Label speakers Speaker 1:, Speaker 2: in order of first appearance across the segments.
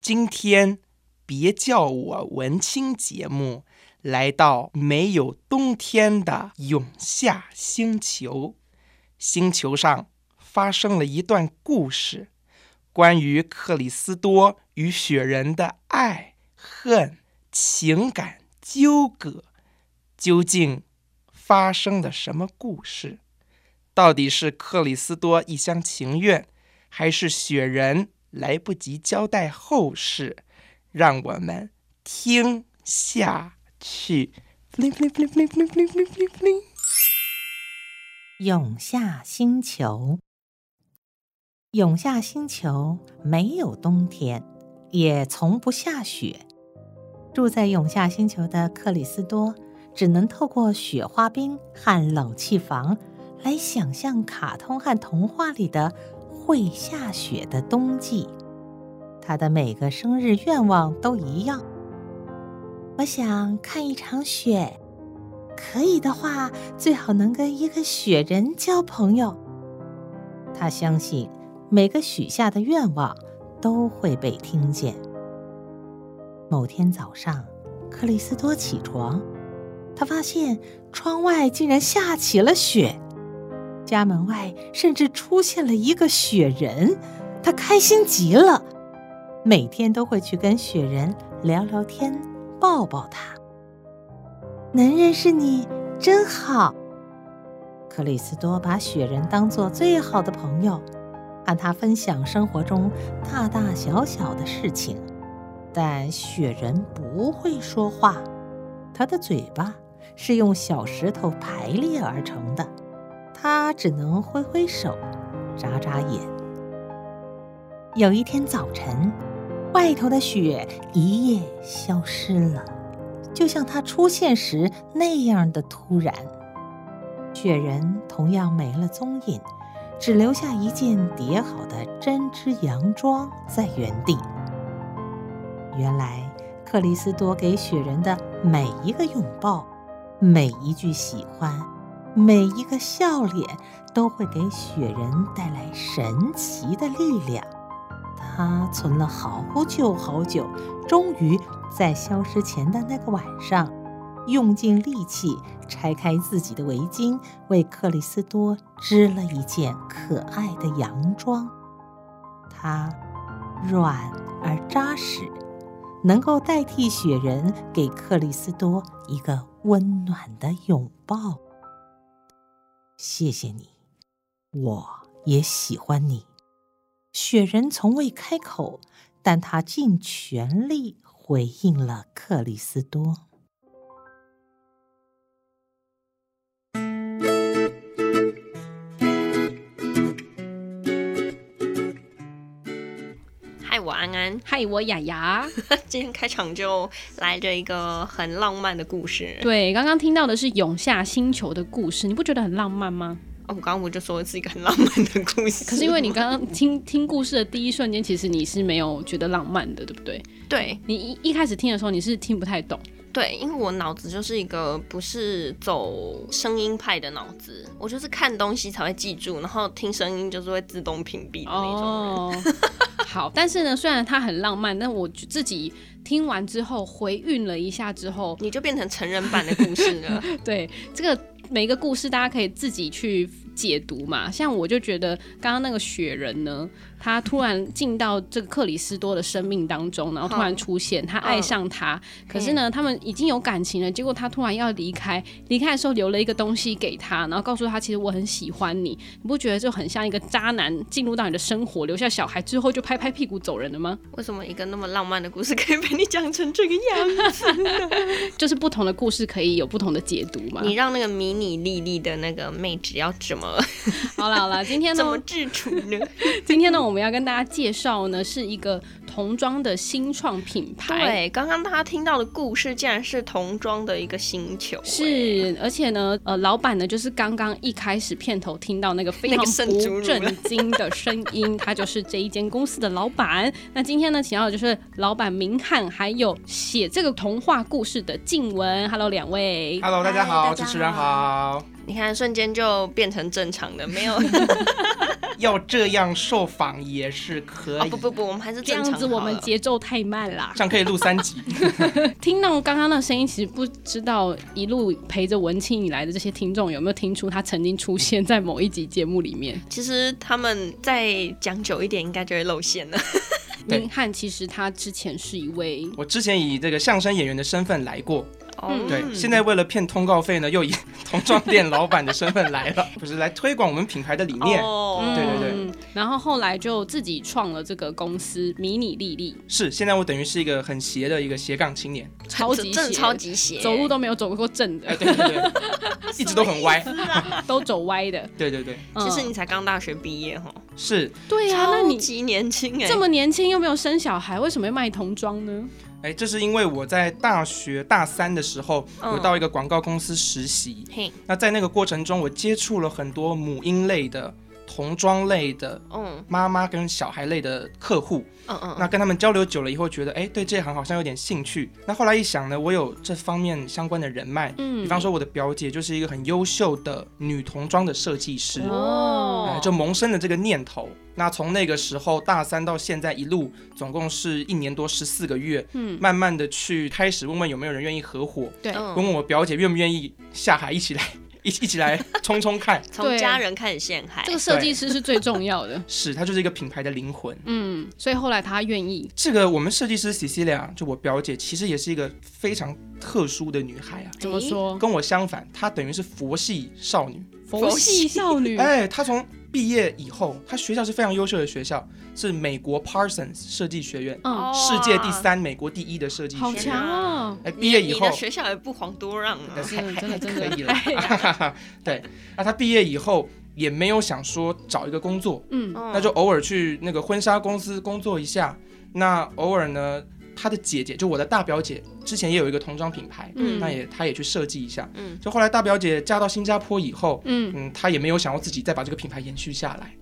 Speaker 1: 今天别叫我啊文青节目，来到没有冬天的永夏星球。星球上发生了一段故事，关于克里斯多与雪人的爱恨情感纠葛，究竟发生了什么故事？到底是克里斯多一厢情愿，还是雪人来不及交代后事？让我们听下去。bling bling bling bling bling bling bling bling bling。
Speaker 2: 永夏星球，永夏星球没有冬天，也从不下雪。住在永夏星球的克里斯多，只能透过雪花冰和冷气房来想象卡通和童话里的会下雪的冬季。他的每个生日愿望都一样，我想看一场雪，可以的话，最好能跟一个雪人交朋友。他相信每个许下的愿望都会被听见。某天早上，克里斯多起床，他发现窗外竟然下起了雪，家门外甚至出现了一个雪人，他开心极了。每天都会去跟雪人聊聊天、抱抱他。能认识你真好。克里斯多把雪人当做最好的朋友，和他分享生活中大大小小的事情。但雪人不会说话，他的嘴巴是用小石头排列而成的，他只能挥挥手、眨眨眼。有一天早晨，外头的雪一夜消失了，就像它出现时那样的突然。雪人同样没了踪影，只留下一件叠好的针织洋装在原地。原来，克里斯多给雪人的每一个拥抱，每一句喜欢，每一个笑脸，都会给雪人带来神奇的力量。他存了好久好久，终于在消失前的那个晚上，用尽力气拆开自己的围巾，为克里斯多织了一件可爱的洋装。它软而扎实，能够代替雪人给克里斯多一个温暖的拥抱。谢谢你，我也喜欢你。雪人从未开口，但他尽全力回应了克里斯多。
Speaker 3: 嗨，我安安，
Speaker 4: 嗨，我雅雅。
Speaker 3: 今天开场就来这一个很浪漫的故事。
Speaker 4: 对，刚刚听到的是永夏星球的故事，你不觉得很浪漫吗？
Speaker 3: 哦，我刚刚不就说是一个很浪漫的故事？
Speaker 4: 可是因为你刚刚听听故事的第一瞬间，其实你是没有觉得浪漫的，对不对？
Speaker 3: 对
Speaker 4: 你一一开始听的时候，你是听不太懂。
Speaker 3: 对，因为我脑子就是一个不是走声音派的脑子，我就是看东西才会记住，然后听声音就是会自动屏蔽的那种。
Speaker 4: 哦，好，但是呢，虽然它很浪漫，但我自己听完之后回韵了一下之后，
Speaker 3: 你就变成成人版的故事 了。
Speaker 4: 对这个每一个故事，大家可以自己去解读嘛。像我就觉得刚刚那个雪人呢，他突然进到这个克里斯多的生命当中，然后突然出现，他爱上他，可是
Speaker 3: 嗯
Speaker 4: 呢，他们已经有感情了，结果他突然要离开，离开的时候留了一个东西给他，然后告诉他其实我很喜欢你，你不觉得就很像一个渣男进入到你的生活，留下小孩之后就拍拍屁股走人了吗？
Speaker 3: 为什么一个那么浪漫的故事可以被你讲成这个样子？
Speaker 4: 就是不同的故事可以有不同的解读嘛。
Speaker 3: 你让那个迷你丽丽的那个妹纸要怎么
Speaker 4: 好了好了，今 天
Speaker 3: 怎么
Speaker 4: 呢，
Speaker 3: 制除呢？
Speaker 4: 今天呢，我们要跟大家介绍呢是一个童装的新创品牌。
Speaker 3: 对，刚刚大家听到的故事竟然是童装的一个星球，哎
Speaker 4: 是，而且呢，呃，老板呢，就是刚刚一开始片头听到那个非常
Speaker 3: 那个圣
Speaker 4: 不
Speaker 3: 主乳了
Speaker 4: 正经的声 音，他就是这一间公司的老板。那今天呢，请到的就是老板明翰，还有写这个童话故事的静文。Hello，两位。
Speaker 1: Hello，大家
Speaker 3: 嗨
Speaker 1: 好，
Speaker 3: 大
Speaker 1: 主
Speaker 3: 家
Speaker 1: 持人
Speaker 3: 好
Speaker 1: 好
Speaker 3: 你看瞬间就变成正常的， 没有
Speaker 1: 要这样受访也是可
Speaker 3: 哦
Speaker 1: 以，
Speaker 3: 不不不，我们还是
Speaker 4: 这
Speaker 3: 正
Speaker 4: 样
Speaker 3: 常
Speaker 4: 子我们
Speaker 3: 好了
Speaker 4: 节奏太慢啦。
Speaker 1: 这样可以录三 集。
Speaker 4: 听到刚刚那声音，其实不知道一路陪着文青以来的这些听众有没有听出他曾经出现在某一集节目里面。
Speaker 3: 其实他们再讲久一点，应该就会露馅了。
Speaker 1: 对
Speaker 4: 宁汉其实他之前是一位
Speaker 1: 我之前以这个相声演员的身份来过，
Speaker 4: 嗯
Speaker 3: 哦
Speaker 1: 对，现在为了骗通告费呢，又以童装店老板的身份来了， 不是来推广我们品牌的理念。
Speaker 3: 哦，
Speaker 1: 对对对
Speaker 4: 嗯，然后后来就自己创了这个公司迷你丽 丽，
Speaker 1: 是，现在我等于是一个很斜的一个斜杠青年，
Speaker 4: 嗯超级
Speaker 3: 正
Speaker 4: 斜
Speaker 3: 超级斜，
Speaker 4: 走路都没有走过正的，
Speaker 1: 哎， 对对对，一直都很歪，
Speaker 4: 都走歪的。
Speaker 1: 对对对，
Speaker 4: 嗯
Speaker 3: 其实你才刚大学毕业哈，
Speaker 1: 是，
Speaker 4: 对呀、那
Speaker 3: 超
Speaker 4: 你
Speaker 3: 级年轻哎，
Speaker 4: 这么年轻又没有生小孩，为什么要卖童装呢？
Speaker 1: 哎，这是因为我在大学大三的时候，
Speaker 3: 嗯
Speaker 1: 有到一个广告公司实习，
Speaker 3: 嘿，
Speaker 1: 那在那个过程中，我接触了很多母婴类的、童装类的、
Speaker 3: 嗯
Speaker 1: 妈妈跟小孩类的客户，
Speaker 3: 嗯嗯，
Speaker 1: 那跟他们交流久了以后，觉得哎，对这行好像有点兴趣。那后来一想呢，我有这方面相关的人脉，
Speaker 4: 嗯
Speaker 1: 比方说我的表姐就是一个很优秀的女童装的设计师，
Speaker 4: 哦
Speaker 1: 哎，就萌生了这个念头。那从那个时候大三到现在一路，总共是一年多十四个月，
Speaker 4: 嗯
Speaker 1: 慢慢的去开始问问有没有人愿意合伙，
Speaker 4: 对
Speaker 3: 嗯
Speaker 1: 问问我表姐愿不愿意下海一起来， 一一起来冲冲看。
Speaker 3: 从家人开始陷害
Speaker 4: 啊这，个设计师是最重要的。
Speaker 1: 是，它就是一个品牌的灵魂。
Speaker 4: 嗯，所以后来他愿意，
Speaker 1: 这个我们设计师 Cecilia，就我表姐，其实也是一个非常特殊的女孩啊。
Speaker 4: 怎么说？
Speaker 1: 跟我相反，她等于是佛系少女。
Speaker 4: 佛系少
Speaker 3: 嗯
Speaker 4: 女，
Speaker 1: 哎，她从毕业以后，她学校是非常优秀的学校，是美国 Parsons 设计学院，
Speaker 3: 哦
Speaker 4: 嗯，
Speaker 1: 世界第三、美国第一的设计
Speaker 4: 好
Speaker 1: 学
Speaker 4: 强
Speaker 1: 院。
Speaker 4: 哦。
Speaker 1: 哎，
Speaker 3: 你，
Speaker 1: 毕业以
Speaker 3: 你
Speaker 1: 后
Speaker 3: 的，学校也不遑多让啊
Speaker 1: 但，是
Speaker 4: 真的真的真
Speaker 1: 可
Speaker 4: 的，
Speaker 1: 以了。对，那她毕业以后也没有想说找一个工作，
Speaker 4: 嗯，
Speaker 3: 那
Speaker 1: 那就偶尔去那个婚纱公司工作一下。那偶尔呢，她的姐姐，就我的大表姐，之前也有一个童装品牌，
Speaker 4: 嗯
Speaker 1: 那也她也去设计一下。
Speaker 3: 嗯
Speaker 1: 就后来大表姐嫁到新加坡以后，
Speaker 4: 嗯
Speaker 1: 嗯，她也没有想要自己再把这个品牌延续下来。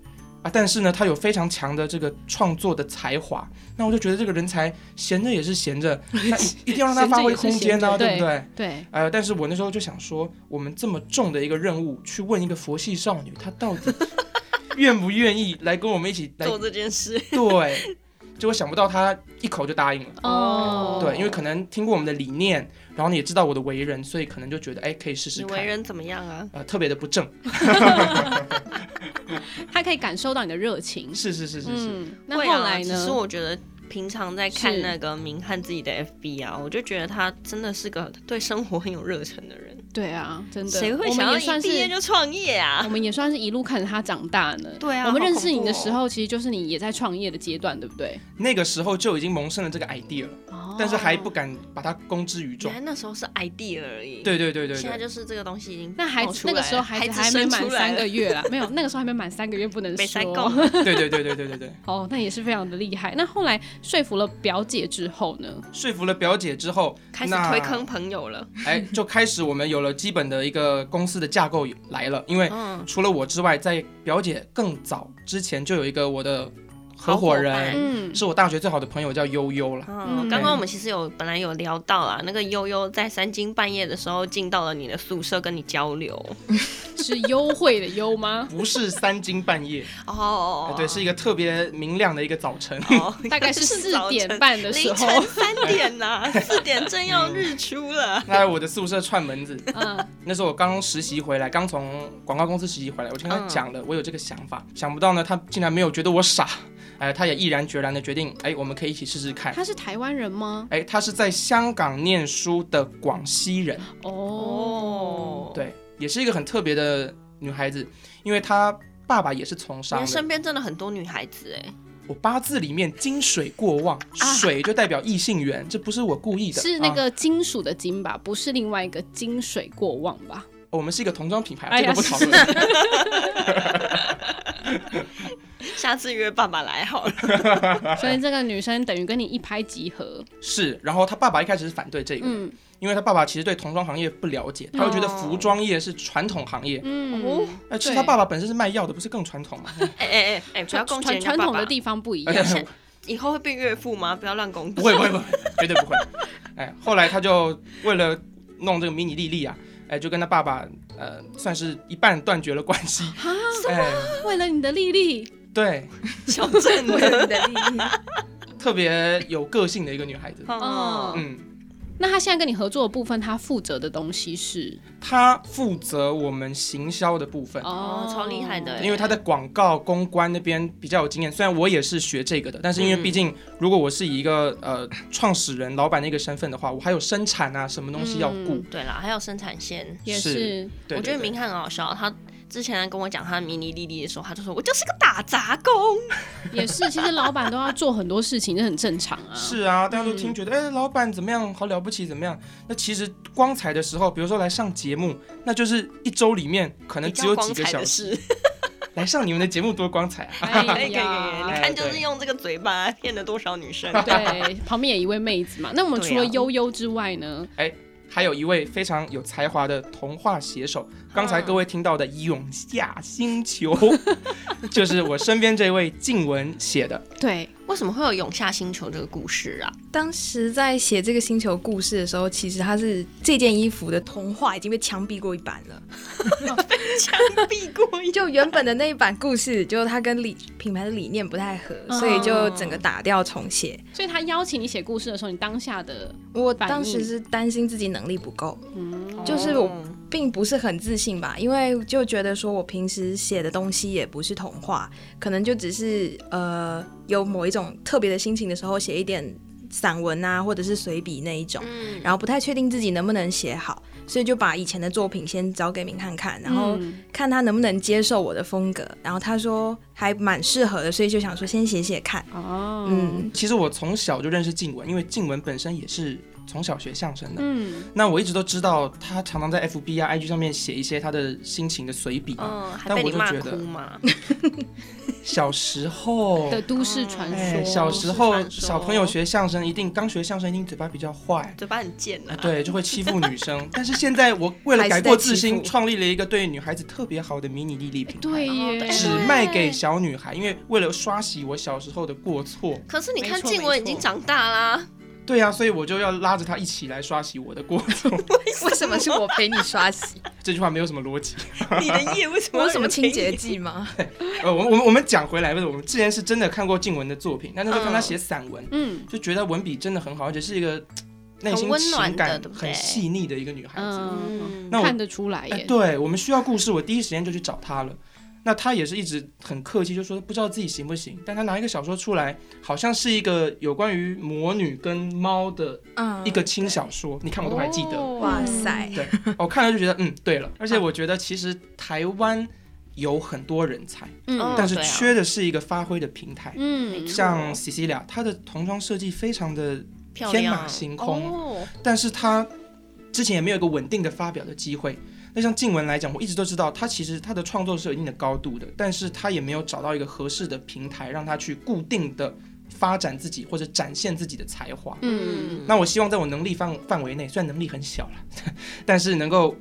Speaker 1: 啊，但是呢，她有非常强的这个创作的才华，那我就觉得这个人才闲着也是闲 着，那一定要让他发挥空间啊，
Speaker 4: 闲着也
Speaker 1: 对
Speaker 4: 是闲
Speaker 1: 不
Speaker 4: 着
Speaker 1: 对？
Speaker 4: 对，
Speaker 1: 呃，但是我那时候就想说，我们这么重的一个任务，去问一个佛系少女，她到底愿不愿意来跟我们一起来？
Speaker 3: 做这件事，
Speaker 1: 对，结果想不到她一口就答应了。
Speaker 4: 哦，
Speaker 1: 对，因为可能听过我们的理念，然后你也知道我的为人，所以可能就觉得，哎，可以试试
Speaker 3: 你
Speaker 1: 看
Speaker 3: 为。人怎么样啊？
Speaker 1: 呃，特别的不正，
Speaker 4: 他可以感受到你的热情。
Speaker 1: 是是是是是，
Speaker 4: 嗯，那
Speaker 3: 会
Speaker 4: 后
Speaker 3: 啊
Speaker 4: 来呢
Speaker 3: 只？是我觉得平常在看
Speaker 4: 是
Speaker 3: 那个明翰自己的 FB 啊，我就觉得他真的是个对生活很有热忱的人。
Speaker 4: 对啊，真的，
Speaker 3: 谁会
Speaker 4: 我
Speaker 3: 想
Speaker 4: 们
Speaker 3: 要
Speaker 4: 也算
Speaker 3: 一毕业
Speaker 4: 是，
Speaker 3: 就创业
Speaker 4: 我
Speaker 3: 啊？
Speaker 4: 们也算是一路看着他长大呢。
Speaker 3: 对啊
Speaker 4: 我们
Speaker 3: 好
Speaker 4: 认
Speaker 3: 恐
Speaker 4: 识你的
Speaker 3: 怖哦
Speaker 4: 时候，其实就是你也在创业的阶段，对不对？
Speaker 1: 那个时候就已经萌生了这个 idea 了，
Speaker 4: 哦
Speaker 1: 但是还不敢把它公之于众
Speaker 3: 原。来啊那时候是 idea 而已。
Speaker 1: 对对对对
Speaker 3: 现在
Speaker 1: 对，
Speaker 3: 就是这个东西已经
Speaker 4: 那孩
Speaker 3: 冒
Speaker 4: 子
Speaker 3: 出
Speaker 4: 那
Speaker 3: 来
Speaker 4: 个时候
Speaker 3: 了
Speaker 4: 孩子
Speaker 3: 子
Speaker 4: 还没
Speaker 3: 生
Speaker 4: 满
Speaker 3: 出来
Speaker 4: 三
Speaker 3: 了
Speaker 4: 个月啊啦，没有，那个时候还没满三个 月，不能
Speaker 3: 被塞够
Speaker 4: 说。
Speaker 1: 对对对对对对对，
Speaker 4: 哦，那也是非常的厉害。那后来说服了表姐之后呢？
Speaker 1: 说服了表姐之后，
Speaker 3: 开始
Speaker 1: 那
Speaker 3: 推坑朋友了。
Speaker 1: 哎，就开始我们有了基本的一个公司的架构来了，因为
Speaker 3: 嗯，
Speaker 1: 除了我之外，在表姐更早之前就有一个我的合伙
Speaker 3: 好伙
Speaker 1: 人，
Speaker 3: 伴
Speaker 4: 嗯，
Speaker 1: 是我大学最好的朋友，叫悠悠啦。
Speaker 3: 嗯，
Speaker 4: 嗯
Speaker 3: 刚刚我们其实有本来有聊到啦，那个悠悠在三更半夜的时候进到了你的宿舍跟你交流。
Speaker 4: 是优惠的 优吗？
Speaker 1: 不是三更半夜，
Speaker 3: 哦
Speaker 1: 哎，对，是一
Speaker 3: 个
Speaker 1: 个特别明亮的一个早 晨。
Speaker 4: 哦大概是四点半的时
Speaker 3: 凌
Speaker 4: 候
Speaker 3: 晨，三点呐、 四点正要日出了。
Speaker 1: 那我的宿舍串门子，
Speaker 4: 嗯，
Speaker 1: 那时候我刚实习回来，刚从广告公司实习回来，我就跟
Speaker 3: 嗯
Speaker 1: 他讲了，我有这个想法，想不到呢，他竟然没有觉得我傻，哎，他也毅然决然的决定，哎，我们可以一起试试看。
Speaker 4: 他是台湾人吗？
Speaker 1: 哎，他是在香港念书的广西人，
Speaker 4: 嗯哦，
Speaker 3: 哦，，
Speaker 1: 对，也是一个很特别的女孩子，因为她爸爸也是从
Speaker 3: 你
Speaker 1: 商
Speaker 3: 的身
Speaker 1: 的。
Speaker 3: 边真的很多女孩子哎、
Speaker 1: 我八字里面金水过旺，水就代表异性缘，这不是我故意的。
Speaker 4: 啊是那
Speaker 1: 啊
Speaker 4: 个金属的金吧，不是另外一个金水过旺吧？
Speaker 1: 哦我们是一个童装品牌，
Speaker 4: 哎
Speaker 1: 这
Speaker 4: 呀
Speaker 1: 个不讨论。
Speaker 3: 下次约爸爸来好了。
Speaker 4: 所以这个女生等于跟你一拍即合。
Speaker 1: 是，然后他爸爸一开始是反对这个，
Speaker 4: 嗯
Speaker 1: 因为他爸爸其实对童装行业不了解，他会觉得服装业是传统行业。
Speaker 4: 嗯，
Speaker 3: 哦
Speaker 1: 哎，其实
Speaker 4: 对
Speaker 1: 他爸爸本身是卖药的，不是更传 统吗？
Speaker 3: 哎哎哎哎，不要攻击
Speaker 4: 传
Speaker 3: 人家
Speaker 4: 传
Speaker 3: 爸
Speaker 4: 统的
Speaker 3: 爸。
Speaker 4: 地方不一
Speaker 1: 而
Speaker 4: 样
Speaker 1: 且。
Speaker 3: 以后会变岳父吗？不要乱攻击。
Speaker 1: 不会不会 不会，绝对不会。哎，后来他就为了弄这个迷你丽丽啊，哎，就跟他爸爸呃，算是一半断绝了关系。
Speaker 4: 啊，
Speaker 1: 哎，
Speaker 4: 为了你的 丽丽，
Speaker 1: 对，
Speaker 3: 小镇
Speaker 5: 为了
Speaker 3: 的，
Speaker 5: 你的利益，
Speaker 1: 特别有个性的一个女孩子。
Speaker 3: 哦，
Speaker 1: 嗯，
Speaker 4: 那他现在跟你合作的部分，他负责的东西是
Speaker 1: 她负责我们行销的部分。
Speaker 3: 哦，超厉害的，
Speaker 1: 因为她在广告公关那边比较有经验，虽然我也是学这个的，但是因为
Speaker 3: 嗯
Speaker 1: 毕竟如果我是以一个呃创始人、老板的一个身份的话，我还有生产啊什么东西要顾。
Speaker 4: 嗯
Speaker 3: 对啦，还有生产线，
Speaker 4: 也
Speaker 1: 是
Speaker 4: 是
Speaker 1: 对
Speaker 3: 我觉
Speaker 1: 对
Speaker 3: 得
Speaker 1: 对
Speaker 3: 明翰很好笑，他之前跟我讲他迷你丽丽的时候，他就说我就是个打杂工，
Speaker 4: 也是，其实老板都要做很多事情，这很正常
Speaker 3: 嗯
Speaker 4: 啊。
Speaker 1: 是啊，大家都听觉得，哎、老板怎么样，好了不起，怎么样？那其实光彩的时候，比如说来上节目，那就是一周里面可能
Speaker 3: 比
Speaker 1: 只
Speaker 3: 较
Speaker 1: 有
Speaker 3: 光
Speaker 1: 几个
Speaker 3: 彩
Speaker 1: 小
Speaker 3: 的
Speaker 1: 时
Speaker 3: 事，
Speaker 1: 来上你们的节目，多光彩啊！
Speaker 4: 哎呀
Speaker 3: 可以可以可以，你
Speaker 1: 哎
Speaker 3: 看就
Speaker 1: 对
Speaker 3: 是用这个嘴巴骗了多少女生，
Speaker 4: 对，旁边有一位妹子嘛。那我们
Speaker 3: 啊
Speaker 4: 除了悠悠之外呢？
Speaker 1: 还有一位非常有才华的童话写手，刚
Speaker 3: 嗯
Speaker 1: 才各位听到的《永夏星 球》，就是我身边这位静文写的。
Speaker 4: 对，
Speaker 3: 为什么会有永夏星球这个故事啊？
Speaker 5: 当时在写这个星球故事的时候，其实它是这件衣服的童话已经被枪毙过一版了。
Speaker 3: 避过 一
Speaker 5: 就原本的那一版故事，就它跟理品牌的理念不太合，
Speaker 4: 嗯
Speaker 5: 所以就整个打掉重写。
Speaker 4: 所以他邀请你写故事的时候，你当下的
Speaker 5: 我
Speaker 4: 反应
Speaker 5: 当时是担心自己能力不够，
Speaker 4: 嗯，
Speaker 5: 就是我
Speaker 1: 哦
Speaker 5: 并不是很自信吧，因为就觉得说我平时写的东西也不是童话，可能就只是呃有某一种特别的心情的时候写一点散文啊，或者是随笔那一种。
Speaker 3: 嗯，
Speaker 5: 然后不太确定自己能不能写好，所以就把以前的作品先交给明翰看，然后
Speaker 4: 嗯
Speaker 5: 看他能不能接受我的风格。然后他说还蛮适合的，所以就想说先写写看。
Speaker 4: 哦，嗯
Speaker 5: 嗯，
Speaker 1: 其实我从小就认识静文，因为静文本身也是从小学相声的。
Speaker 4: 嗯，
Speaker 1: 那我一直都知道他常常在 FB 啊、IG 上面写一些他的心情的随笔嘛。
Speaker 3: 嗯，还
Speaker 1: 但
Speaker 3: 被
Speaker 1: 我
Speaker 3: 你
Speaker 1: 就
Speaker 3: 骂
Speaker 1: 觉
Speaker 3: 哭
Speaker 1: 得
Speaker 3: 嘛，
Speaker 1: 小时候
Speaker 4: 的都市传
Speaker 1: 哎，
Speaker 4: 说，
Speaker 1: 小时候
Speaker 3: 传说
Speaker 1: 小朋友学相声，一定刚学相声，一定嘴巴比较 坏，
Speaker 3: 嘴巴很贱
Speaker 1: 啊
Speaker 3: 啊，，
Speaker 1: 对，就会欺负女生。 但是现在我为了
Speaker 5: 还是
Speaker 1: 改
Speaker 5: 在
Speaker 1: 过自
Speaker 5: 欺
Speaker 1: 新，
Speaker 5: 负
Speaker 1: 创立了一个对女孩子特别好的迷你丽丽品牌，
Speaker 4: 对耶，
Speaker 3: 哎
Speaker 1: 只
Speaker 3: 对
Speaker 1: 卖给小女孩，因为为了刷洗我小时候的过错。
Speaker 3: 可是你看
Speaker 4: 没错
Speaker 3: 静雯已
Speaker 4: 没错
Speaker 3: 经长大啦，
Speaker 1: 对啊，所以我就要拉着她一起来刷洗我的过错。
Speaker 5: 为什么是我陪你刷 洗？
Speaker 1: 这句话没有什么逻辑。
Speaker 3: 你的夜为什么
Speaker 5: 我
Speaker 3: 要
Speaker 5: 有什么
Speaker 3: 人陪
Speaker 5: 清洁
Speaker 3: 你？
Speaker 5: 剂吗？
Speaker 1: 呃，我们我们我们讲回来，不是我们之前是真的看过静文的作品，但那时候看她写散文，
Speaker 4: 嗯
Speaker 1: 就觉得文笔真的很好，而且是一个内心
Speaker 3: 温暖
Speaker 1: 情
Speaker 3: 的
Speaker 1: 感
Speaker 3: 对不
Speaker 1: 很
Speaker 3: 对
Speaker 1: 细腻的一个女孩子。
Speaker 4: 嗯，
Speaker 3: 嗯，
Speaker 1: 那我
Speaker 4: 看得出来
Speaker 1: 哎，
Speaker 4: 耶，
Speaker 1: 对我们需要故事，我第一时间就去找他了。那他也是一直很客气，就说不知道自己行不行。但他拿一个小说出来，好像是一个有关于魔女跟猫的
Speaker 5: 嗯
Speaker 1: 一个轻小说。你看 我都还记得，
Speaker 4: 哦
Speaker 5: 哇，
Speaker 3: 嗯
Speaker 5: 塞，
Speaker 1: 我看了就觉得嗯，对了。而且我觉得其实台湾有很多人才，
Speaker 3: 嗯
Speaker 4: 嗯
Speaker 1: 但是
Speaker 3: 对啊
Speaker 1: 缺的是一个发挥的平台。
Speaker 4: 嗯，
Speaker 1: 像 Cecilia，她的童装设计非常的
Speaker 3: 漂
Speaker 1: 天
Speaker 3: 亮
Speaker 1: 马行空，
Speaker 3: 哦
Speaker 1: 但是他之前也没有一个稳定的发表的机会。那像静文来讲，我一直都知道他其实他的创作是有一定的高度的，但是他也没有找到一个合适的平台让他去固定的发展自己或者展现自己的才华。
Speaker 4: 嗯，
Speaker 1: 那我希望在我能力范范围内，虽然能力很小了， 但是能够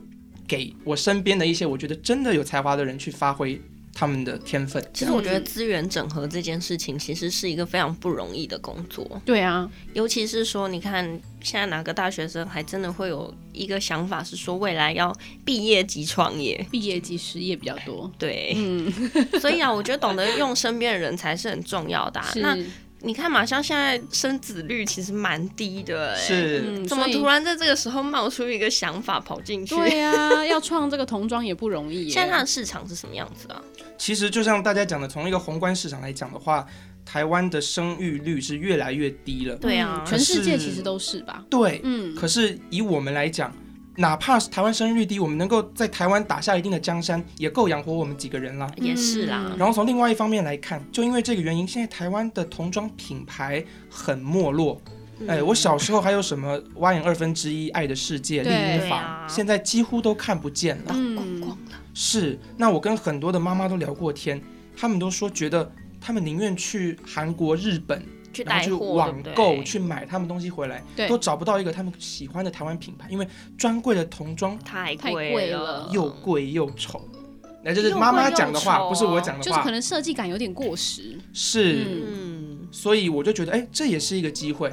Speaker 1: 给我身边的一些我觉得真的有才华的人去发挥他们的天分。
Speaker 3: 其实我觉
Speaker 4: 嗯
Speaker 3: 得资源整合这件事情其实是一个非常不容易的工作，
Speaker 4: 对啊，
Speaker 3: 尤其是说，你看现在哪个大学生还真的会有一个想法是说未来要毕业即创业。
Speaker 4: 毕业及失业比较多，
Speaker 3: 对，
Speaker 4: 嗯，
Speaker 3: 所以啊，我觉得懂得用身边的人才是很重要的、啊。
Speaker 4: 是，嗯
Speaker 3: 那你看，马上现在生子率其实蛮低的、欸，，
Speaker 1: 是，
Speaker 4: 嗯
Speaker 3: 怎么
Speaker 4: 所以
Speaker 3: 突然在这个时候冒出一个想法跑进去？
Speaker 4: 对啊，要创这个童装也不容易 耶，
Speaker 3: 现在它的市场是什么样子啊？
Speaker 1: 其实就像大家讲的，从一个宏观市场来讲的话，台湾的生育率是越来越低了。
Speaker 3: 对啊
Speaker 4: 嗯全世界
Speaker 1: 可是
Speaker 4: 其实都是吧，
Speaker 1: 对，
Speaker 4: 嗯，
Speaker 1: 可是以我们来讲，哪怕是台湾生育率低，我们能够在台湾打下一定的江山，也够养活我们几个人啦。
Speaker 3: 也是啦
Speaker 4: 嗯，
Speaker 1: 然后从另外一方面来看，就因为这个原因，现在台湾的童装品牌很没落。
Speaker 3: 嗯
Speaker 1: 哎，我小时候还有什么《蛙眼二分之一》《爱的世界》《
Speaker 4: 对
Speaker 1: 丽婴
Speaker 3: 对
Speaker 1: 房
Speaker 3: 啊》，
Speaker 1: 现在几乎都看不见了。
Speaker 4: 嗯
Speaker 3: 光光了，
Speaker 1: 是，那我跟很多的妈妈都聊过天，她们都说觉得她们宁愿去韩国、日本，
Speaker 3: 去
Speaker 1: 然
Speaker 3: 带
Speaker 1: 后去
Speaker 3: 货，对
Speaker 1: 网
Speaker 3: 不
Speaker 1: 购
Speaker 3: 对？
Speaker 1: 去买他们东西回来，
Speaker 4: 对
Speaker 1: 都找不到一个他们喜欢的台湾品牌，因为专柜的童装
Speaker 3: 太
Speaker 4: 太
Speaker 3: 贵
Speaker 4: 贵
Speaker 3: 了
Speaker 4: 了，
Speaker 1: 又贵又丑。那这是
Speaker 3: 又贵
Speaker 1: 妈妈
Speaker 3: 又
Speaker 1: 讲的话，
Speaker 3: 丑
Speaker 1: 不是我讲的
Speaker 4: 就是
Speaker 1: 话
Speaker 4: 可，能设计感有点过时，
Speaker 1: 是，
Speaker 4: 嗯
Speaker 3: 嗯，
Speaker 1: 所以我就觉得，哎，这也是一个机会。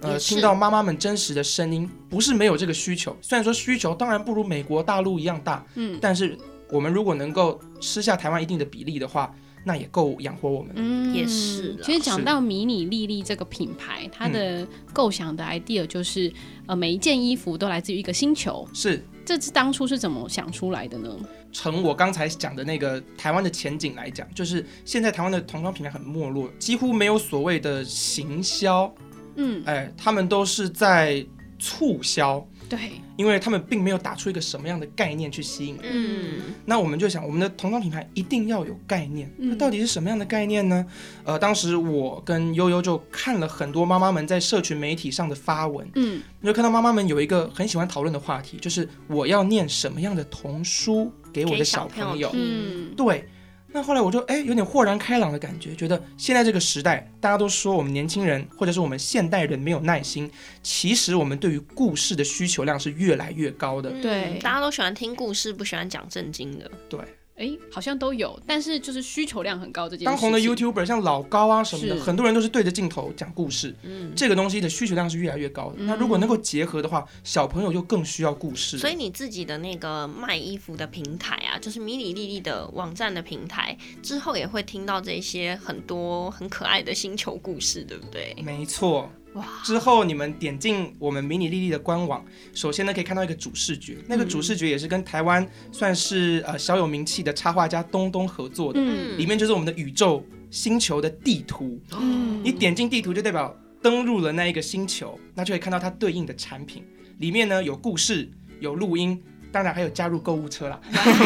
Speaker 1: 呃，
Speaker 3: 也是
Speaker 1: 听到妈妈们真实的声音，不是没有这个需求。虽然说需求当然不如美国大陆一样大，
Speaker 4: 嗯
Speaker 1: 但是我们如果能够吃下台湾一定的比例的话，那也够养活我们。
Speaker 4: 嗯
Speaker 3: 也是啦
Speaker 4: 其实讲
Speaker 1: 是嗯
Speaker 4: 到迷你丽丽这个品牌，它的构想的 idea 就是，呃，每一件衣服都来自于一个星球。
Speaker 1: 是
Speaker 4: 这是当初是怎么想出来的呢？
Speaker 1: 从我刚才讲的那个台湾的前景来讲，就是现在台湾的童装品牌很没落，几乎没有所谓的行销，
Speaker 4: 嗯，
Speaker 1: 哎，他们都是在促销，
Speaker 4: 对，
Speaker 1: 因为他们并没有打出一个什么样的概念去吸引人。
Speaker 3: 嗯，
Speaker 1: 那我们就想，我们的童装品牌一定要有概念，
Speaker 4: 嗯
Speaker 1: 那到底是什么样的概念呢？呃，当时我跟悠悠就看了很多妈妈们在社群媒体上的发文，
Speaker 4: 嗯
Speaker 1: 就看到妈妈们有一个很喜欢讨论的话题，就是我要念什么样的童书给我
Speaker 3: 给
Speaker 1: 的
Speaker 3: 小
Speaker 1: 小
Speaker 3: 朋友
Speaker 1: 朋友。
Speaker 4: 嗯，
Speaker 1: 对，那后来我就哎有点豁然开朗的感觉，觉得现在这个时代，大家都说我们年轻人或者是我们现代人没有耐心，其实我们对于故事的需求量是越来越高
Speaker 3: 嗯
Speaker 1: 的。
Speaker 4: 对
Speaker 3: 大家都喜欢听故事，不喜欢讲正经的。
Speaker 1: 对，
Speaker 4: 哎，好像都有，但是就是需求量很高这件事情。
Speaker 1: 当红的 YouTuber 像老高啊什么的，
Speaker 4: 是
Speaker 1: 很多人都是对着镜头讲故事，
Speaker 3: 嗯，
Speaker 1: 这个东西的需求量是越来越高的。那如果能够结合的话，小朋友就更需要故事了。
Speaker 3: 所以你自己的那个卖衣服的平台啊，就是迷你丽丽的网站的平台，之后也会听到这些很多很可爱的星球故事，对不对？
Speaker 4: 哎
Speaker 1: 没错。
Speaker 3: 哇，
Speaker 1: 之后你们点进我们迷你丽丽的官网，首先呢可以看到一个主视觉，那个主视觉也是跟台湾算是呃小有名气的插画家东东合作的，
Speaker 4: 嗯
Speaker 1: 里面就是我们的宇宙星球的地图。
Speaker 4: 嗯
Speaker 1: 你点进地图就代表登入了那一个星球，那就可以看到它对应的产品，里面呢有故事，有录音，当然还有加入购物车啦。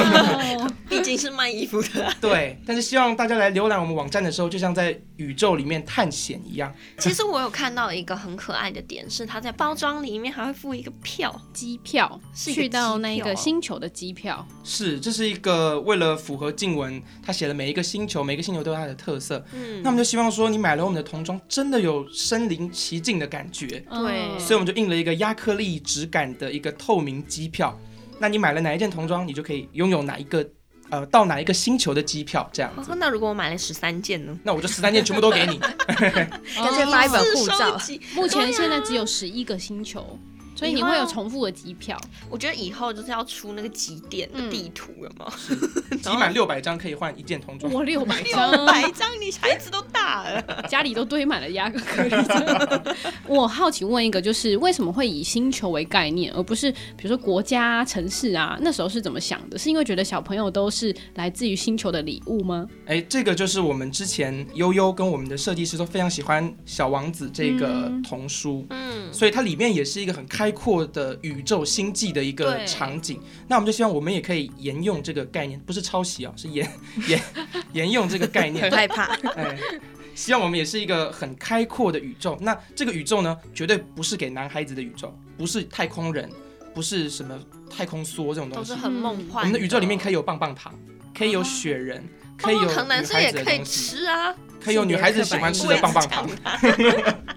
Speaker 4: 哦
Speaker 3: 毕竟是卖衣服的啊。
Speaker 1: 对，但是希望大家来浏览我们网站的时候，就像在宇宙里面探险一样。
Speaker 3: 其实我有看到一个很可爱的点，是它在包装里面还会附一个票，
Speaker 4: 机票
Speaker 3: 是一个
Speaker 4: 去到那
Speaker 3: 机票
Speaker 4: 个
Speaker 3: 啊
Speaker 4: 星球的机票，
Speaker 1: 是，这是一个为了符合静文，他写了每一个星球，每个星球都有它的特色。
Speaker 3: 嗯
Speaker 1: 那我们就希望说，你买了我们的童装，真的有身临其境的感觉。
Speaker 3: 对
Speaker 4: 嗯
Speaker 1: 所以我们就印了一个亚克力质感的一个透明机票。那你买了哪一件童装，你就可以拥有哪一个，呃，到哪一个星球的机票这样。
Speaker 3: 哦那如果我买了十三件呢？
Speaker 1: 那我就十三件全部都给你。
Speaker 5: 干脆发一本护照
Speaker 3: 是收集
Speaker 4: 哦目前现在只有十一个星球，所以你会有重复的机票。
Speaker 3: 我觉得以后就是要出那个几点的地图了嘛，
Speaker 1: 集满六百张可以换一件童装。
Speaker 4: 我六百
Speaker 3: 六
Speaker 4: 张，
Speaker 3: 百张，你孩子都大了。
Speaker 4: 家里都堆满了亚克力。 我好奇问一个，就是为什么会以星球为概念，而不是比如说国家啊、城市啊？那时候是怎么想的？是因为觉得小朋友都是来自于星球的礼物吗？
Speaker 1: 哎，这个就是我们之前悠悠跟我们的设计师都非常喜欢《小王子》这个
Speaker 4: 嗯
Speaker 1: 童书。
Speaker 3: 嗯，
Speaker 1: 所以它里面也是一个很开阔的宇宙星际的一个
Speaker 3: 对
Speaker 1: 场景。那我们就希望我们也可以沿用这个概念，不是抄袭啊，是沿沿沿用这个概念
Speaker 5: 很。害怕。
Speaker 1: 哎，希望我们也是一个很开阔的宇宙。那这个宇宙呢，绝对不是给男孩子的宇宙，不是太空人，不是什么太空梭这种
Speaker 3: 都
Speaker 1: 东西
Speaker 3: 是。很梦幻
Speaker 1: 嗯我
Speaker 3: 的。
Speaker 1: 们的宇宙里面可以
Speaker 3: 以，
Speaker 1: 有棒棒糖，可以有雪人，可
Speaker 3: 棒
Speaker 1: 以有
Speaker 3: 棒
Speaker 1: 女
Speaker 3: 糖
Speaker 1: 孩
Speaker 3: 男
Speaker 1: 子
Speaker 3: 生也
Speaker 1: 的
Speaker 3: 可以
Speaker 1: 东西，
Speaker 3: 吃啊。
Speaker 1: 可以有女孩子喜欢吃的棒棒糖
Speaker 3: 性别刻。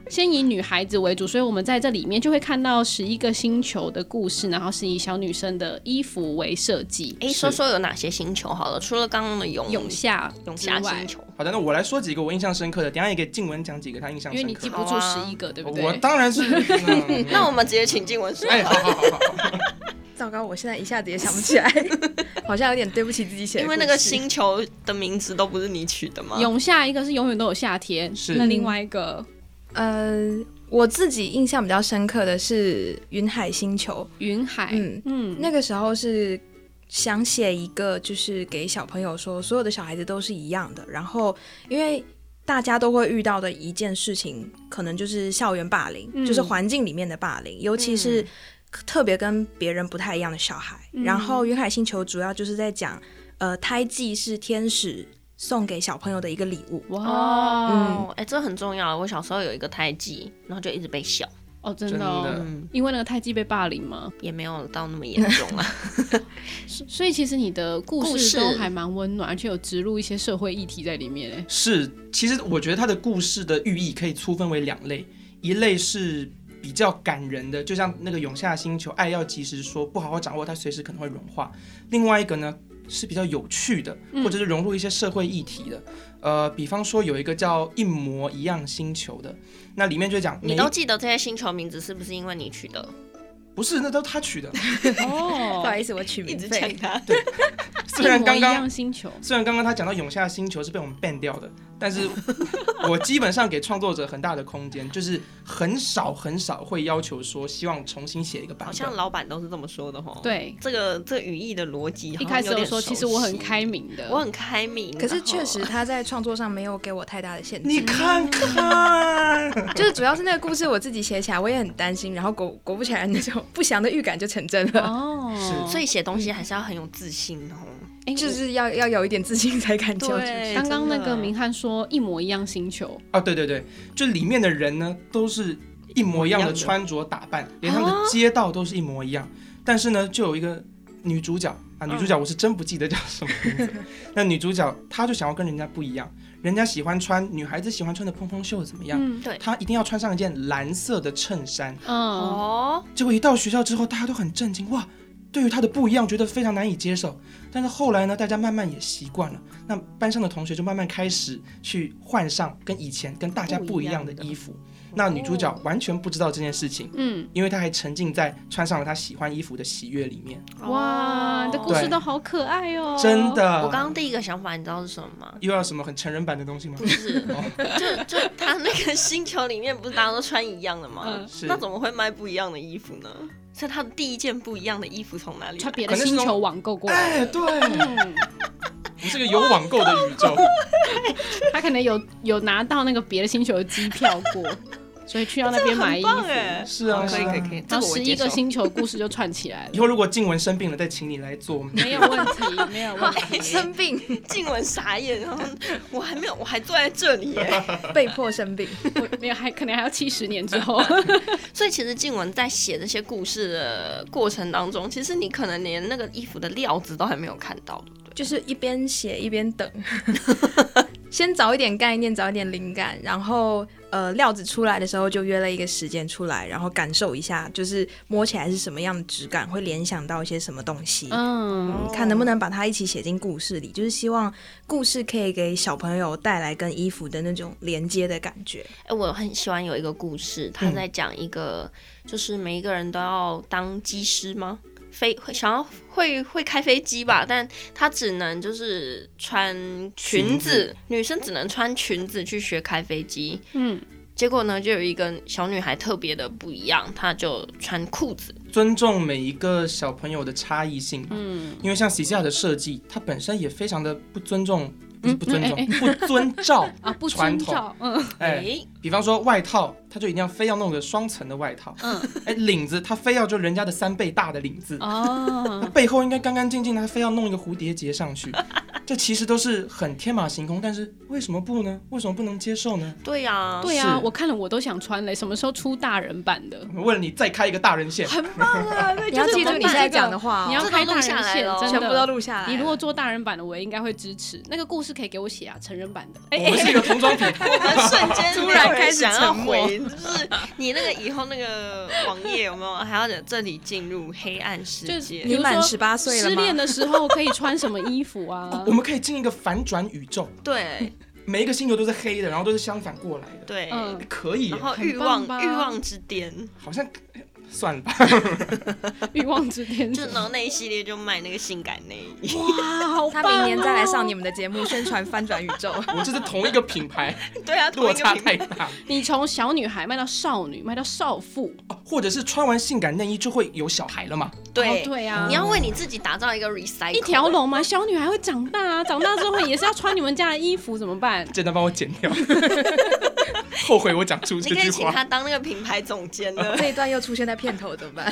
Speaker 4: 先以女孩子为主，所以我们在这里面就会看到十一个星球的故事，然后是以小女生的衣服为设计。
Speaker 3: 哎，说说有哪些星球好了？除了刚刚的永
Speaker 4: 永夏
Speaker 3: 永
Speaker 4: 之
Speaker 3: 夏
Speaker 4: 外
Speaker 3: 星，球，
Speaker 1: 好的，那我来说几个我印象深刻的，等一下也给静文讲几个他印象
Speaker 4: 因为
Speaker 1: 深
Speaker 4: 你
Speaker 1: 刻
Speaker 4: 记
Speaker 1: 的。
Speaker 4: 不住十一个，对不对？
Speaker 1: 嗯我当然是。嗯
Speaker 3: 那我们直接请静文说。
Speaker 1: 哎，好好好 好，
Speaker 5: 糟糕，我现在一下子也想不 起来，好像有点对不起自己写的
Speaker 3: 因
Speaker 5: 故事。
Speaker 3: 为那个星球的名字都不是你取的吗？
Speaker 4: 永夏一个是永远都有夏天，
Speaker 1: 是
Speaker 4: 那另外一个
Speaker 5: 呃，我自己印象比较深刻的是云海星球，
Speaker 4: 云海，
Speaker 5: 嗯
Speaker 4: 嗯
Speaker 5: 那个时候是想写一个，就是给小朋友说，所有的小孩子都是一样的。然后，因为大家都会遇到的一件事情，可能就是校园霸凌，
Speaker 4: 嗯
Speaker 5: 就是环境里面的霸凌，尤其是特别跟别人不太一样的小孩。
Speaker 4: 嗯
Speaker 5: 然后，《云海星球》主要就是在讲，呃，胎记是天使送给小朋友的一个礼物。
Speaker 1: 嗯
Speaker 4: 哇
Speaker 3: 哦，哎、这很重要。我小时候有一个胎记，然后就一直被笑，
Speaker 4: 哦，真的哦、
Speaker 1: 真的
Speaker 3: 嗯，
Speaker 4: 因为那个太极被霸凌嘛，
Speaker 3: 也没有到那么严重啊。
Speaker 4: 所所以其实你的故
Speaker 3: 故
Speaker 4: 事
Speaker 3: 事
Speaker 4: 都还蛮温暖，而且有植入一些社会议题在里面哎。
Speaker 1: 是，其实我觉得他的故事的寓意可以粗分为两类，一类是比较感人的，就像那个《永夏星球》，爱要及时说，不好好掌握它，随时可能会融化；另外一个呢，是比较有趣的，
Speaker 3: 嗯
Speaker 1: 或者是融入一些社会议题的。呃，比方说有一个叫《一模一样星球》的，那里面就讲
Speaker 3: 你
Speaker 1: 每
Speaker 3: 都记得这些星球名字是不是因为你取的？
Speaker 1: 嗯不是，那都他取的。
Speaker 5: 不好
Speaker 4: 哦，
Speaker 5: 意思，我取名费。
Speaker 3: 它，
Speaker 1: 虽然刚
Speaker 4: 一模一
Speaker 1: 刚
Speaker 4: 样星球，
Speaker 1: 虽然刚刚他讲到永夏星球是被我们 ban 掉的，但 是我基本上给创作者很大的空间，就是很少很少会要求说希望重新写一个版
Speaker 3: 好像
Speaker 1: 本。
Speaker 3: 老板都是这么说的哦。，
Speaker 4: 对，
Speaker 3: 这个这语义的逻辑好
Speaker 4: 一
Speaker 3: 像
Speaker 4: 开始
Speaker 3: 有
Speaker 4: 我
Speaker 3: 点
Speaker 4: 说其实
Speaker 3: 熟
Speaker 4: 我很
Speaker 3: 悉
Speaker 4: 开明的，
Speaker 3: 我 很开明，
Speaker 5: 可是
Speaker 3: 然后
Speaker 5: 确实，他在创作上没有给我太大的限制。
Speaker 1: 你看看，
Speaker 5: 就是主要是那个故事我自己写起来，我也很担心，然后果果不其然那种不祥的预感就成真了，
Speaker 4: 哦，
Speaker 1: 是
Speaker 3: 所以写东西还是要很有自信哦。
Speaker 4: 哎
Speaker 5: 就
Speaker 4: 我哎
Speaker 5: 是要要有一点自信才敢交出
Speaker 1: 哎
Speaker 5: 去。
Speaker 4: 刚刚那个明翰说一模一样星球，
Speaker 1: 啊，对对对，就里面的人呢都是一模一样的穿着打
Speaker 3: 啊
Speaker 1: 扮，连他们的街道都是一模一样。但是呢，就有一个女主角啊，女主角我是真不记得叫什么名字。那女主角她就想要跟人家不一样，人家喜欢穿女孩子喜欢穿的蓬蓬袖怎么样？
Speaker 4: 嗯
Speaker 3: 对，
Speaker 1: 她一定要穿上一件蓝色的衬衫。
Speaker 4: 嗯，
Speaker 3: 哦，
Speaker 1: 结果一到学校之后，大家都很震惊，哇，对于她的不一样觉得非常难以接受。但是后来呢，大家慢慢也习惯了，那班上的同学就慢慢开始去换上跟以前跟大家不一样的衣
Speaker 3: 哦
Speaker 1: 服。那女主角完全不知道这件事情，
Speaker 4: 嗯，
Speaker 1: 因为她还沉浸在穿上了她喜欢衣服的喜悦里面。
Speaker 4: 哇，你的故事
Speaker 1: 对
Speaker 4: 都好可爱哦，
Speaker 1: 真的，
Speaker 3: 我刚刚第一个想法你知道是什么吗？
Speaker 1: 又要什么很成人版的东西吗？哦
Speaker 3: 不是，就就他那个星球里面不是大家都穿一样的吗？
Speaker 4: 嗯
Speaker 1: 是
Speaker 3: 那怎么会卖不一样的衣服呢？所以他的第一件不一样的衣服从哪里来
Speaker 4: 穿？别的星球网购过来，
Speaker 1: 哎，对，我
Speaker 4: 嗯，
Speaker 1: 们是个有网购的宇宙。
Speaker 4: 他可能有有拿到那个别的星球的机票过，所以去到那边买衣
Speaker 3: 棒
Speaker 4: 服，
Speaker 3: 哎，
Speaker 1: 是啊，
Speaker 3: 可
Speaker 1: 是
Speaker 3: 以
Speaker 1: 啊
Speaker 3: 可以可以，这
Speaker 4: 然
Speaker 3: 个
Speaker 4: 后
Speaker 3: 我
Speaker 4: 十
Speaker 3: 接
Speaker 4: 一个
Speaker 3: 受。
Speaker 4: 星球故事就串起来
Speaker 1: 以
Speaker 4: 了，
Speaker 1: 后如果静雯生病了，再请你来做我们的
Speaker 4: 没有问题，没有问题，
Speaker 5: 生病，
Speaker 3: 静雯傻眼，然后我还没有，我还坐在这里耶。
Speaker 5: 被迫生病。
Speaker 4: 我没有还可能还要七十年之后，
Speaker 3: 所以其实静雯在写这些故事的过程当中，其实你可能连那个衣服的料子都还没有看到，对不对？
Speaker 5: 就是一边写一边等， 先找一点概念，找一点灵感，然后呃料子出来的时候就约了一个时间出来，然后感受一下，就是摸起来是什么样的质感，会联想到一些什么东西。
Speaker 4: 嗯，
Speaker 5: 嗯看能不能把它一起写进故事里，就是希望故事可以给小朋友带来跟衣服的那种连接的感觉。
Speaker 3: 哎、我很喜欢有一个故事，他在讲一个，就是每一个人都要当机师吗？飞会想要会会开飞机吧，但他只能就是穿裙
Speaker 1: 裙
Speaker 3: 子
Speaker 1: 子，
Speaker 3: 女生只能穿裙子去学开飞机。
Speaker 4: 嗯，
Speaker 3: 结果呢，就有一个小女孩特别的不一样，她就穿裤子，
Speaker 1: 尊重每一个小朋友的差异性。嗯，因为像 C C R 的设计，它本身也非常的不尊重，不是不尊重，
Speaker 4: 嗯
Speaker 1: 不遵照
Speaker 4: 啊，不
Speaker 1: 传
Speaker 4: 遵
Speaker 1: 统。
Speaker 4: 照，嗯，
Speaker 1: 哎、
Speaker 3: 诶
Speaker 1: 比方说外套，它就一定要非要弄个双层的外套。嗯，哎、领子它非要就人家的三倍大的领子，
Speaker 4: 哦，
Speaker 1: 背后应该干干净净的，它非要弄一个蝴蝶结上去。 这其实都是很天马行空，但是为什么不呢？为什么不能接受呢？
Speaker 3: 对呀、
Speaker 4: 对啊，
Speaker 1: 是
Speaker 4: 我看了我都想穿嘞，什么时候出大人版的？
Speaker 1: 我们为了你再开一个大人线，
Speaker 5: 你要记住
Speaker 4: 怎么
Speaker 5: 你
Speaker 4: 办
Speaker 5: 现在
Speaker 4: 这个
Speaker 5: 讲的话哦、
Speaker 4: 你要
Speaker 3: 这
Speaker 4: 开
Speaker 3: 都
Speaker 4: 大
Speaker 3: 录
Speaker 4: 人
Speaker 3: 下来
Speaker 4: 线
Speaker 3: 了，
Speaker 4: 真
Speaker 5: 全部
Speaker 4: 的
Speaker 5: 都录下来。
Speaker 4: 你如果做大人版的，我应该会支持。那个故事可以给我写啊，成人版的。哎、
Speaker 1: 我们是一个童装 品牌。？
Speaker 3: 我们瞬间
Speaker 5: 突然开始
Speaker 3: 想要
Speaker 5: 沉默
Speaker 3: 回，就是你那个以后那个网页有没有还要这里进入黑暗世
Speaker 4: 就是
Speaker 3: 界？
Speaker 5: 你满18岁了
Speaker 4: 失
Speaker 5: 吗
Speaker 4: 恋的时候可以穿什么衣服 啊
Speaker 1: 我们可以进一个反转宇宙，
Speaker 3: 对
Speaker 1: 每一个星球都是黑的，然后都是相反过来的。
Speaker 3: 对，
Speaker 4: 嗯，
Speaker 1: 可以耶
Speaker 3: 然，后
Speaker 4: 很
Speaker 3: 欲望
Speaker 4: 棒吧
Speaker 3: 欲望之巅，
Speaker 1: 好像算了吧。
Speaker 4: 欲望之巅
Speaker 3: 就然后那一系列就卖那个性感内衣，
Speaker 4: 哇，好
Speaker 5: 他
Speaker 4: 棒
Speaker 5: 明年再来上
Speaker 4: 哦
Speaker 5: 你们的节目宣传翻转宇 宙，
Speaker 1: 我这是同一个品牌，
Speaker 3: 对啊，同
Speaker 1: 落
Speaker 3: 一个
Speaker 1: 差
Speaker 3: 品
Speaker 1: 太
Speaker 3: 牌
Speaker 1: 大。
Speaker 4: 你从小女孩卖到少女，卖到少妇。
Speaker 1: 哦或者是穿完性感内衣就会有小孩了嘛？
Speaker 3: 对
Speaker 4: 哦、对啊，
Speaker 1: 嗯
Speaker 3: 你要为你自己打造一个 recycle
Speaker 4: 一条龙嘛，小女孩会长大啊，长大之后也是要穿你们家的衣服，怎么办？
Speaker 1: 简单帮我剪 掉，后悔我讲出
Speaker 3: 你
Speaker 1: 这
Speaker 3: 可以
Speaker 1: 句
Speaker 3: 请
Speaker 1: 话。
Speaker 3: 他当那个品牌总 监的。
Speaker 5: 这一段又出现在片头怎么 办？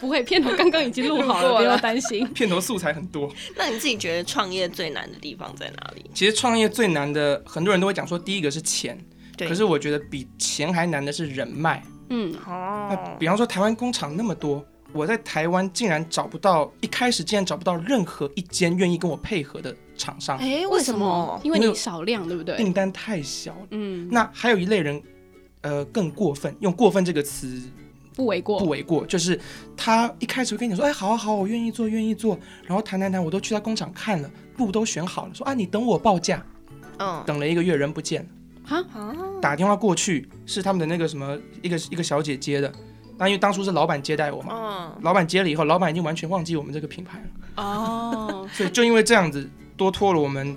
Speaker 4: 不会，片头刚刚已经录好了，
Speaker 5: 录过
Speaker 4: 不要
Speaker 5: 了
Speaker 4: 担心。
Speaker 1: 片头素材很多，
Speaker 3: 那你自己觉得创业最难的地方在哪里？
Speaker 1: 其实创业最难的，很多人都会讲说，第一个是钱，
Speaker 3: 对
Speaker 1: 可是我觉得比钱还难的是人脉。
Speaker 4: 嗯，
Speaker 3: 哦
Speaker 5: 哦
Speaker 1: 那比方说台湾工厂那么多，我在台湾竟然找不到，一开始竟然找不到任何一间愿意跟我配合的厂商，
Speaker 3: 哎，
Speaker 4: 为什么？？因为
Speaker 1: 因
Speaker 4: 你
Speaker 1: 为
Speaker 4: 少量，对不对？
Speaker 1: 订单太小了。
Speaker 4: 嗯，
Speaker 1: 那还有一类人，呃，更过分，用“过分”这个词
Speaker 4: 不为过。
Speaker 1: 不为过。就是他一开始会跟你说，哎，好啊好啊，我愿意做，愿意做。然后谈谈谈，我都去他工厂看了，路都选好了，说啊，你等我报价。
Speaker 3: 嗯，
Speaker 1: 等了一个月，人不见了，
Speaker 3: 啊，
Speaker 1: 打电话过去是他们的那个什么一个一个小姐接的。那因为当初是老板接待我嘛，
Speaker 3: 嗯，
Speaker 1: 老板接了以后，老板已经完全忘记我们这个品牌了。
Speaker 4: 哦，
Speaker 1: 所以就因为这样子，多拖了我们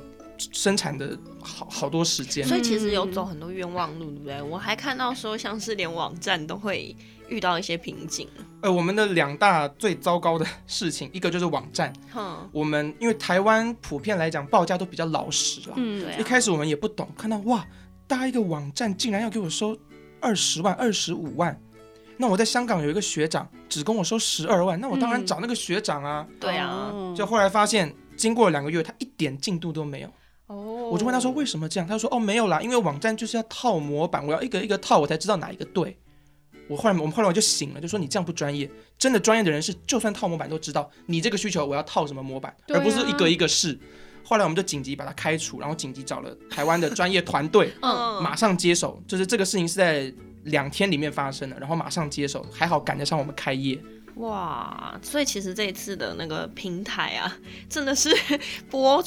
Speaker 1: 生产的好好多时间。
Speaker 3: 所以其实有走很多冤枉路，对不对？我还看到说，像是连网站都会遇到一些瓶颈。
Speaker 1: 呃，我们的两大最糟糕的事情，一个就是网站。
Speaker 3: 哼，
Speaker 1: 我们因为台湾普遍来讲报价都比较老实啦，
Speaker 4: 嗯
Speaker 3: 对，
Speaker 1: 一开始我们也不懂，看到哇，搭一个网站竟然要给我收二十万、二十五万。那我在香港有一个学长只跟我收十二万，那我当然
Speaker 4: 嗯
Speaker 1: 找那个学长啊。
Speaker 3: 对啊，
Speaker 4: 哦
Speaker 1: 就后来发现，经过了两个月，他一点进度都没有。
Speaker 3: 哦，
Speaker 1: 我就问他说为什么这样，他说哦没有啦，因为网站就是要套模板，我要一个一个套，我才知道哪一个对。我后来我们后来我就醒了，就说你这样不专业，真的专业的人是就算套模板都知道你这个需求我要套什么模板，
Speaker 4: 对啊
Speaker 1: 而不是一个一个试。后来我们就紧急把他开除，然后紧急找了台湾的专业团队，
Speaker 4: 嗯，
Speaker 1: 马上接手。就是这个事情是在两天里面发生的，然后马上接手，还好赶得上我们开业。
Speaker 4: 哦
Speaker 3: 哇，所以其实这一次的那个平台啊， 真的是波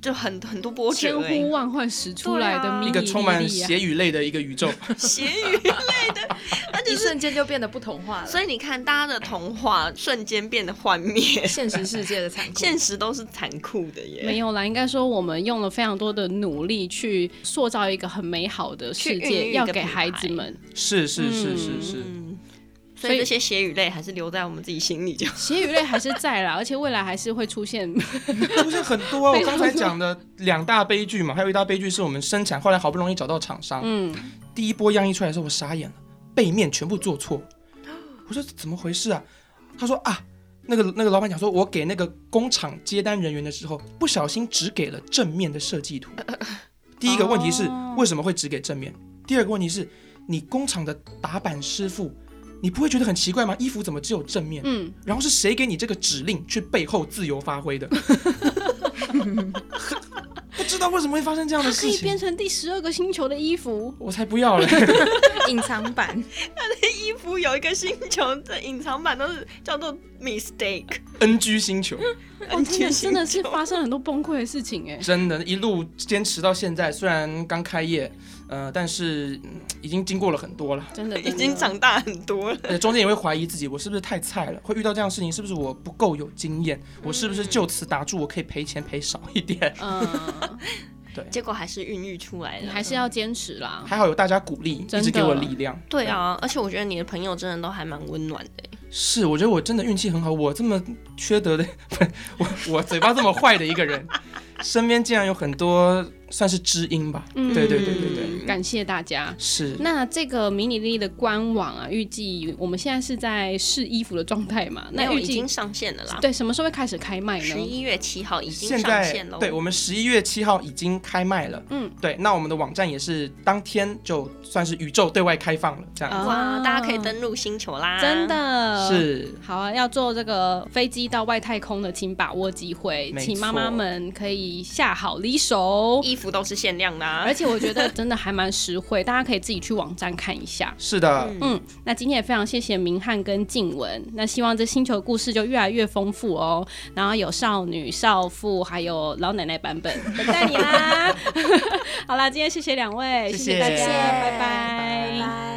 Speaker 3: 就很很多波
Speaker 4: 千
Speaker 3: 折哎、
Speaker 4: 呼万唤始出来
Speaker 3: 对
Speaker 4: 的
Speaker 3: 啊
Speaker 4: 秘密
Speaker 1: 欸一个充
Speaker 4: 力
Speaker 1: 满
Speaker 4: 量
Speaker 1: 血与泪的一个宇 宙。
Speaker 3: 咸鱼类的， 那就
Speaker 5: 一
Speaker 3: 是。
Speaker 5: 瞬间就变得不同化了。
Speaker 3: 所以你看，大家的童话瞬间变得幻 灭，
Speaker 5: 现实世界的残酷，
Speaker 3: 现实都是残酷的耶。
Speaker 4: 没有啦，应该说我们用了非常多的努力去塑造一个很美好的世
Speaker 3: 去孕育
Speaker 4: 界，
Speaker 3: 一个
Speaker 4: 要给孩子们。
Speaker 1: 是是是是
Speaker 4: 嗯
Speaker 1: 是，
Speaker 3: 嗯，所
Speaker 4: 所以
Speaker 3: 以这些血与泪还是留在我们自己心里就。
Speaker 4: 血与泪还是在啦，而且未来还是会出现。
Speaker 1: 出现很多啊！我刚才讲的两大悲剧嘛，还有一大悲剧是我们生产，后来好不容易找到厂商，
Speaker 4: 嗯，
Speaker 1: 第一波样衣出来的时候，我傻眼了，背面全部做 错。我说怎么回事啊？他说啊，那个那个老板讲说，我给那个工厂接单人员的时候，不小心只给了正面的设 计图。第一个问题是、
Speaker 4: 哦
Speaker 1: 为什么会只给正面？第二个问题是，你工厂的打板师傅，你不会觉得很奇怪吗？衣服怎么只有正面？
Speaker 4: 嗯，
Speaker 1: 然后是谁给你这个指令去背后自由发挥 的？ 不知道为什么会发生这样的
Speaker 4: 可
Speaker 1: 事
Speaker 4: 以变
Speaker 1: 情，
Speaker 4: 成第十二个星球的衣服。
Speaker 1: 我才不要嘞！
Speaker 5: 隐藏 版，
Speaker 3: 衣服有一个星球的隐藏版都是叫做 mistake，
Speaker 1: NG 星球，
Speaker 4: 哦，真的真的是
Speaker 3: 很清楚
Speaker 4: 发生了很多崩溃的事情哎。
Speaker 1: 真的，一路坚持到现在，虽然刚开业，呃，但是嗯已经经过了很 多了，
Speaker 4: 真的
Speaker 3: 已经，长大很多了。
Speaker 1: 而且中间也会怀疑自己，我是不是太菜了？会遇到这样的事情，是不是我不够有经验？
Speaker 3: 嗯
Speaker 1: 我是不是就此打住？我可以赔钱赔少一点？
Speaker 4: 真的嗯，
Speaker 3: 结果还是孕育出来
Speaker 4: 你
Speaker 3: 的，
Speaker 4: 还是要坚持啦。
Speaker 1: 还好有大家鼓励，一
Speaker 4: 真的
Speaker 1: 直给我力量。
Speaker 3: 对啊，而且我觉得你的朋友真的都还蛮温暖的。
Speaker 1: 是，我觉得我真的运气很好，我这么缺德的， 我我嘴巴这么坏的一个 人，身边竟然有很多算是知音吧。
Speaker 4: 嗯
Speaker 1: 对对对对对，
Speaker 4: 感谢大家。
Speaker 1: 是
Speaker 4: 那这个迷你丽的官网啊，预计我们现在是在试衣服的状态嘛？
Speaker 3: 没
Speaker 4: 那
Speaker 3: 有
Speaker 4: 预
Speaker 3: 已
Speaker 4: 计
Speaker 3: 经上线了啦，
Speaker 4: 对什么时候会开始开卖
Speaker 3: 十
Speaker 4: 呢？
Speaker 3: 一月七号已经
Speaker 1: 现
Speaker 3: 上
Speaker 1: 在
Speaker 3: 线喽。
Speaker 1: 对我们十一月七号已经开卖了。
Speaker 4: 嗯，
Speaker 1: 对，那我们的网站也是当天就算是宇宙对外开放了，这样、
Speaker 4: 啊
Speaker 3: 哇，
Speaker 4: 哦
Speaker 3: 大家可以登录星球啦！
Speaker 4: 真，的
Speaker 1: 是
Speaker 4: 好啊！要坐这个飞机到外太空的，请把握机会，
Speaker 1: 没错
Speaker 4: 请妈妈们可以下好离 手。
Speaker 3: 衣服都是限量的、啊，
Speaker 4: 而且我觉得真的还蛮实惠，大家可以自己去网站看一下。
Speaker 1: 是的，
Speaker 3: 嗯
Speaker 4: 嗯，那今天也非常谢谢明翰跟静文，那希望这星球故事就越来越丰富哦。然后有少女、少妇，还有老奶奶版本，等待 你啦。好啦，今天谢谢两位，
Speaker 1: 谢
Speaker 4: 谢
Speaker 1: 谢
Speaker 4: 大家，
Speaker 1: 谢谢
Speaker 4: 拜拜。
Speaker 5: 拜。